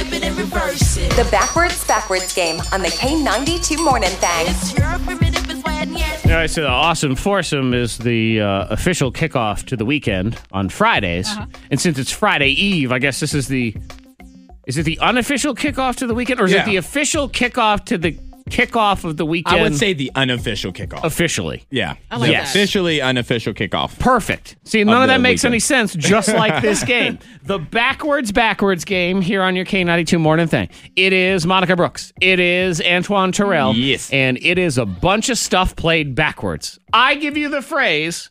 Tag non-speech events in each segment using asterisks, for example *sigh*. reverse it. The backwards, backwards game on the K92 Morning Thing. It's your primitive is wet and yes. All right, so the awesome foursome is the uh, official kickoff to the weekend on Fridays, Uh-huh. and since it's Friday Eve, I guess this is the is it the unofficial kickoff to the weekend, or is Yeah. it the official kickoff to the kickoff of the weekend? I would say the unofficial kickoff. officially. yeah. I like The that. Officially unofficial kickoff. Perfect. See, none of, the that makes weekend. any sense, *laughs* just like this game. The backwards, backwards game here on your K92 morning thing. It is Monica Brooks. It is Antoine Terrell. Yes. And it is a bunch of stuff played backwards. I give you the phrase,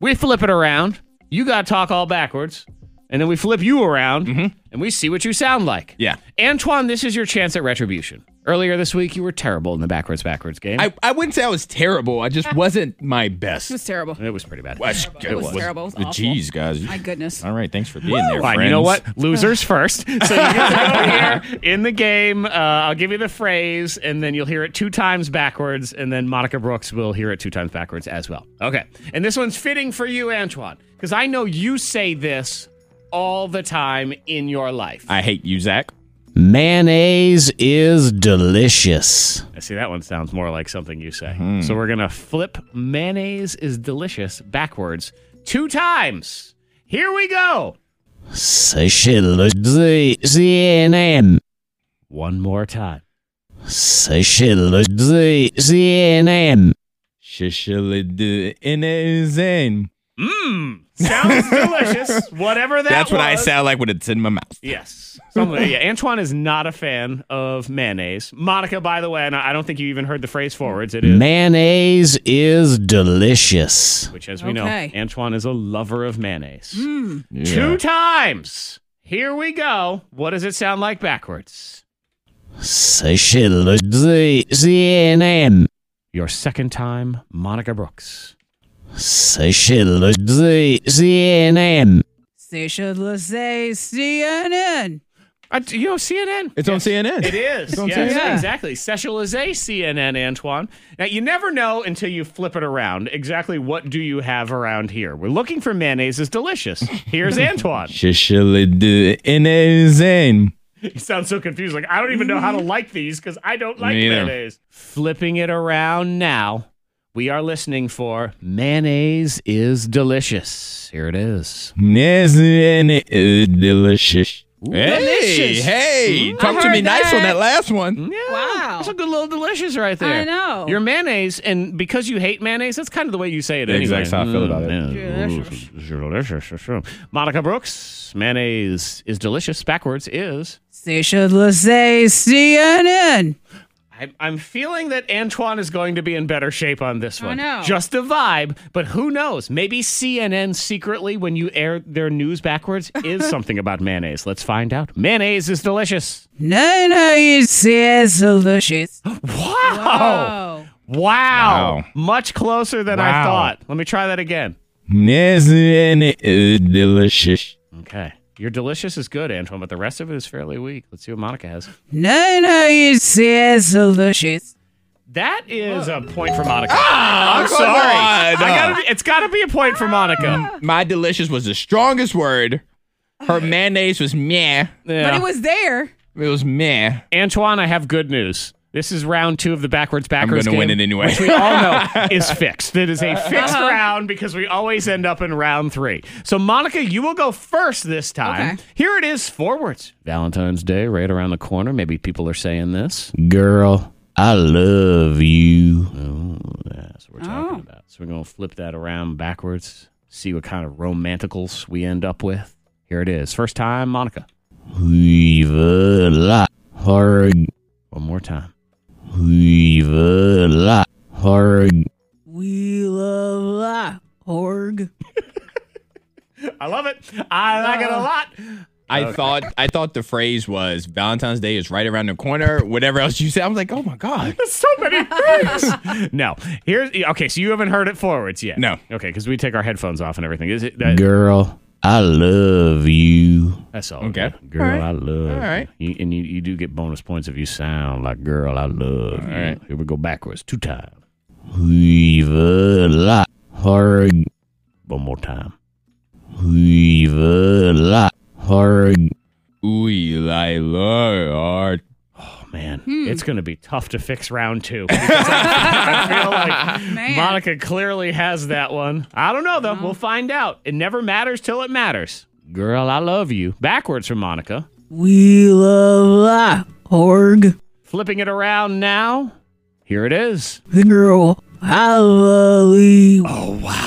we flip it around. You got to talk all backwards. And then we flip you around and we see what you sound like. Mm-hmm. Yeah. Antoine, this is your chance at retribution. Earlier this week, you were terrible in the backwards, backwards game. I, I wouldn't say I was terrible. I just wasn't my best. *laughs* It was terrible. it was pretty bad. It was terrible. It was awful. Jeez, guys. My goodness. All right, thanks for being there, Fine. friends. You know what? Losers first. So you get to go here in the game. Uh, I'll give you the phrase, and then you'll hear it two times backwards, and then Monica Brooks will hear it two times backwards as well. Okay. And this one's fitting for you, Antoine, because I know you say this all the time in your life. I hate you, Zach. Mayonnaise is delicious. I see that one sounds more like something you say. Hmm. So we're going to flip mayonnaise is delicious backwards two times. Here we go. CNN. One more time. CNN. Shishalidinezen. Mmm. Sounds delicious. Whatever that That's what I was. sound like when it's in my mouth. Yes. Some- yeah, Antoine is not a fan of mayonnaise. Monica, by the way, and I I don't think you even heard the phrase forwards. It is Mayonnaise is delicious. which, as we Okay. know, Antoine is a lover of mayonnaise. Two times. Here we go. What does it sound like backwards? CNN. Your second time, Monica Brooks. CNN. CNN. Uh, do you know CNN. It's on CNN. It is. on Yes, CNN. exactly. Specialize CNN, Antoine. Now, you never know until you flip it around exactly what do you have around here. We're looking for mayonnaise is delicious. Here's Antoine. Shishalidinezen. He sounds so confused. Like, I don't even know how to like these because I don't like Me either. mayonnaise. Flipping it around now, we are listening for Mayonnaise is Delicious. Here it is. Delicious. Hey, Delicious. hey, talk to heard me nice on that. that last one. Yeah, Wow. That's a good little delicious right there. I know. Your mayonnaise, and because you hate mayonnaise, that's kind of the way you say it The anyway. exact how I feel about it. Mm, yeah. Ooh, Delicious. it's delicious. it's true. Monica Brooks, mayonnaise is delicious. Backwards is. CNN. I, I'm feeling that Antoine is going to be in better shape on this one. know. Just a vibe, but who knows? Maybe CNN secretly, when you air their news backwards, *laughs* is something about mayonnaise. Let's find out. Mayonnaise is delicious. No, no, it's yes, delicious. Wow. Oh. Wow. wow. Wow. Much closer than I Wow. thought. Let me try that again. e, Delicious. Okay. Your delicious is good, Antoine, but the rest of it is fairly weak. Let's see what Monica has. No, no, it's yes, delicious. That is a point for Monica. I'm Sorry. I gotta be, it's got to be a point for Ah! Monica. My delicious was the strongest word. Her mayonnaise was meh. But Yeah. it was there. It was meh. Antoine, I have good news. This is round two of the backwards I'm backwards going to game, win it anyway. which we all know is fixed. It is a fixed Uh-huh. round because we always end up in round three. So, Monica, you will go first this time. Okay. Here it is, forwards. Valentine's Day right around the corner. Maybe people are saying this. Girl, I love you. Oh, that's what we're talking about. So we're going to flip that around backwards, see what kind of romanticals we end up with. Here it is. First time, Monica. Vive la harg. One more time. Vive la harg. We love la org. I love it. I like it a lot. *laughs* I thought I thought the phrase was Valentine's Day is right around the corner. Whatever else you said, I was like, oh my god. so many things. no, here's okay. So you haven't heard it forwards yet. No. Okay, because we take our headphones off and everything. Is it that, Girl, I love you. that's all? Okay. Girl, All right. I love. All right. You, and you, you do get bonus points if you sound like "Girl, I love." you. right. Here we go backwards two times. Vive la harg. One more time. Vive la harg. Ooh, la, la, Oh man, Hmm. it's going to be tough to fix round two. *laughs* because I, I feel like Man. Uh-huh. Monica clearly has that one. I don't know though. We'll find out. It never matters till it matters. Girl, I love you. Backwards from Monica. We love la, org. Flipping it around now. Here it is. The girl Oh, I love you.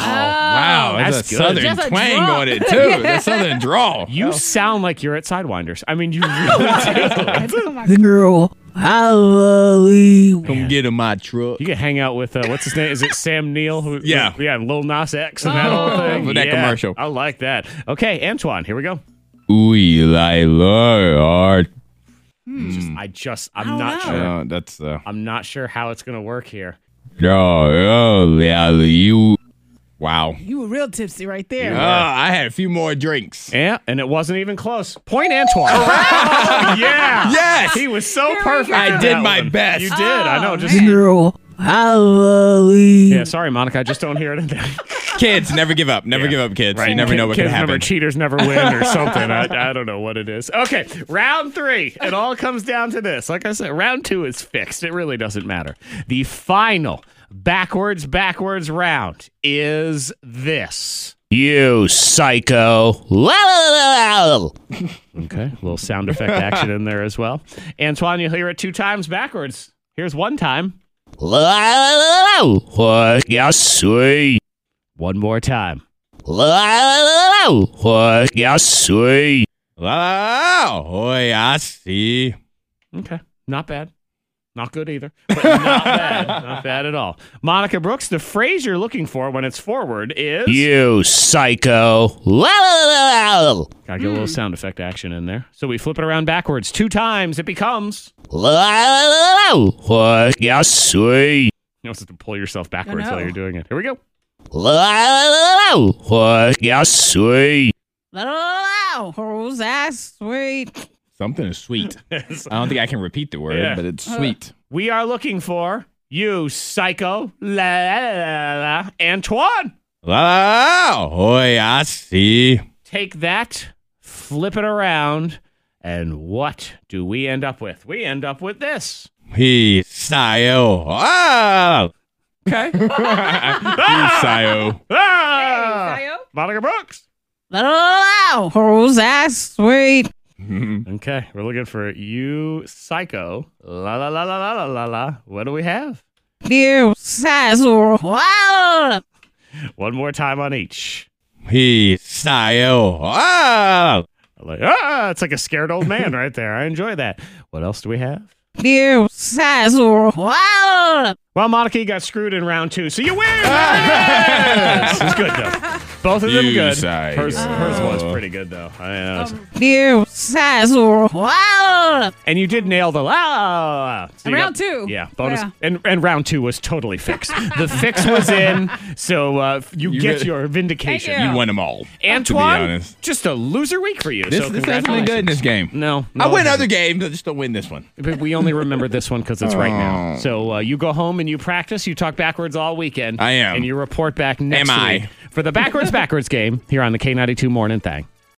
Wow, that's, That's a good. southern That's a twang draw. on it too. That's southern draw. Oh. You sound like you're at Sidewinders. I *laughs* mean, you really do. The girl I love you. come get in my truck. You could hang out with uh, what's his name? Is it Sam Neill? Who, Yeah. who- yeah, and Lil Nas X and that whole thing. For that Yeah, commercial. I like that. Okay, Antoine, here we go. Ooh, la, la, Hmm. I just, I'm not know. sure. that's uh, I'm not sure how it's gonna work here. draw, oh, la, you. Wow. You were real tipsy right there. Uh, I had a few more drinks. Yeah, and it wasn't even close. Point Antoine. *laughs* yeah. Oh, Yes! He was so perfect. I at did that my one. best. Oh, You did. I know. Just The girl I love you. yeah. Sorry, Monica. I just don't hear it in there. *laughs* Kids, never give up. Never give up, kids. You never Kid- know what kids can happen. Remember, cheaters never win *laughs* or something. I, I don't know what it is. Okay, round three. It all comes down to this. Like I said, round two is fixed. It really doesn't matter. The final backwards, backwards round is this. You psycho. La la la la. la. *laughs* Okay, a little sound effect action in there as well. Antoine, you'll hear it two times backwards. Here's one time. La la la la. What you say? One more time. La la la la. What you say? Wow. Oh, yeah, I see. Okay, not bad. Not good either, but not bad. Not bad at all. Monica Brooks, the phrase you're looking for when it's forward is. You psycho. La la la la. la. Gotta get a little sound effect action in there. So we flip it around backwards two times. It becomes. La la la la. What you say? You know, it's just to pull yourself backwards know. while you're doing it. Here we go. La la la la. What you say? La la la la. Horse ass sweet. Something is sweet. I don't think I can repeat the word, Yeah. but it's sweet. We are looking for you, psycho. La la la la. la. Antoine, Wow. Oh, yeah, I see. take that, flip it around, and what do we end up with? We end up with this. He sayo. Ah. *laughs* Okay. He sayo. Ah! Monica Brooks. La la la la. Horse ass sweet. Okay, we're looking for you, psycho. La la la la la la la la. What do we have? Dear size or wow. One more time on each. He sayo. Ah. Like, ah, it's like a scared old *laughs* man right there. I enjoy that. What else do we have? Dear size or wow. Well, Monica, you got screwed in round two, so you *laughs* win. Yes! it's good though. Both of them You Oh. good. say Hers, so. hers was pretty good though. I uh, know. Um, Dear size or wow. and you did nail the la. la, la, la. So you Round got- two. Yeah, bonus. Yeah. And and round two was totally fixed. the fix was in, so uh, you, You get really- your vindication. Thank You won them all. to be Antoine, honest. just a loser week for you. This, so this hasn't been good in this game. No, no, I it win hasn't. other games, I just don't win this one. But we only remember this one because it's right now. Oh. So uh, you go home and you practice. You talk backwards all weekend. I am. And you report back next Am I? week for the backwards backwards game here on the K92 Morning Thing.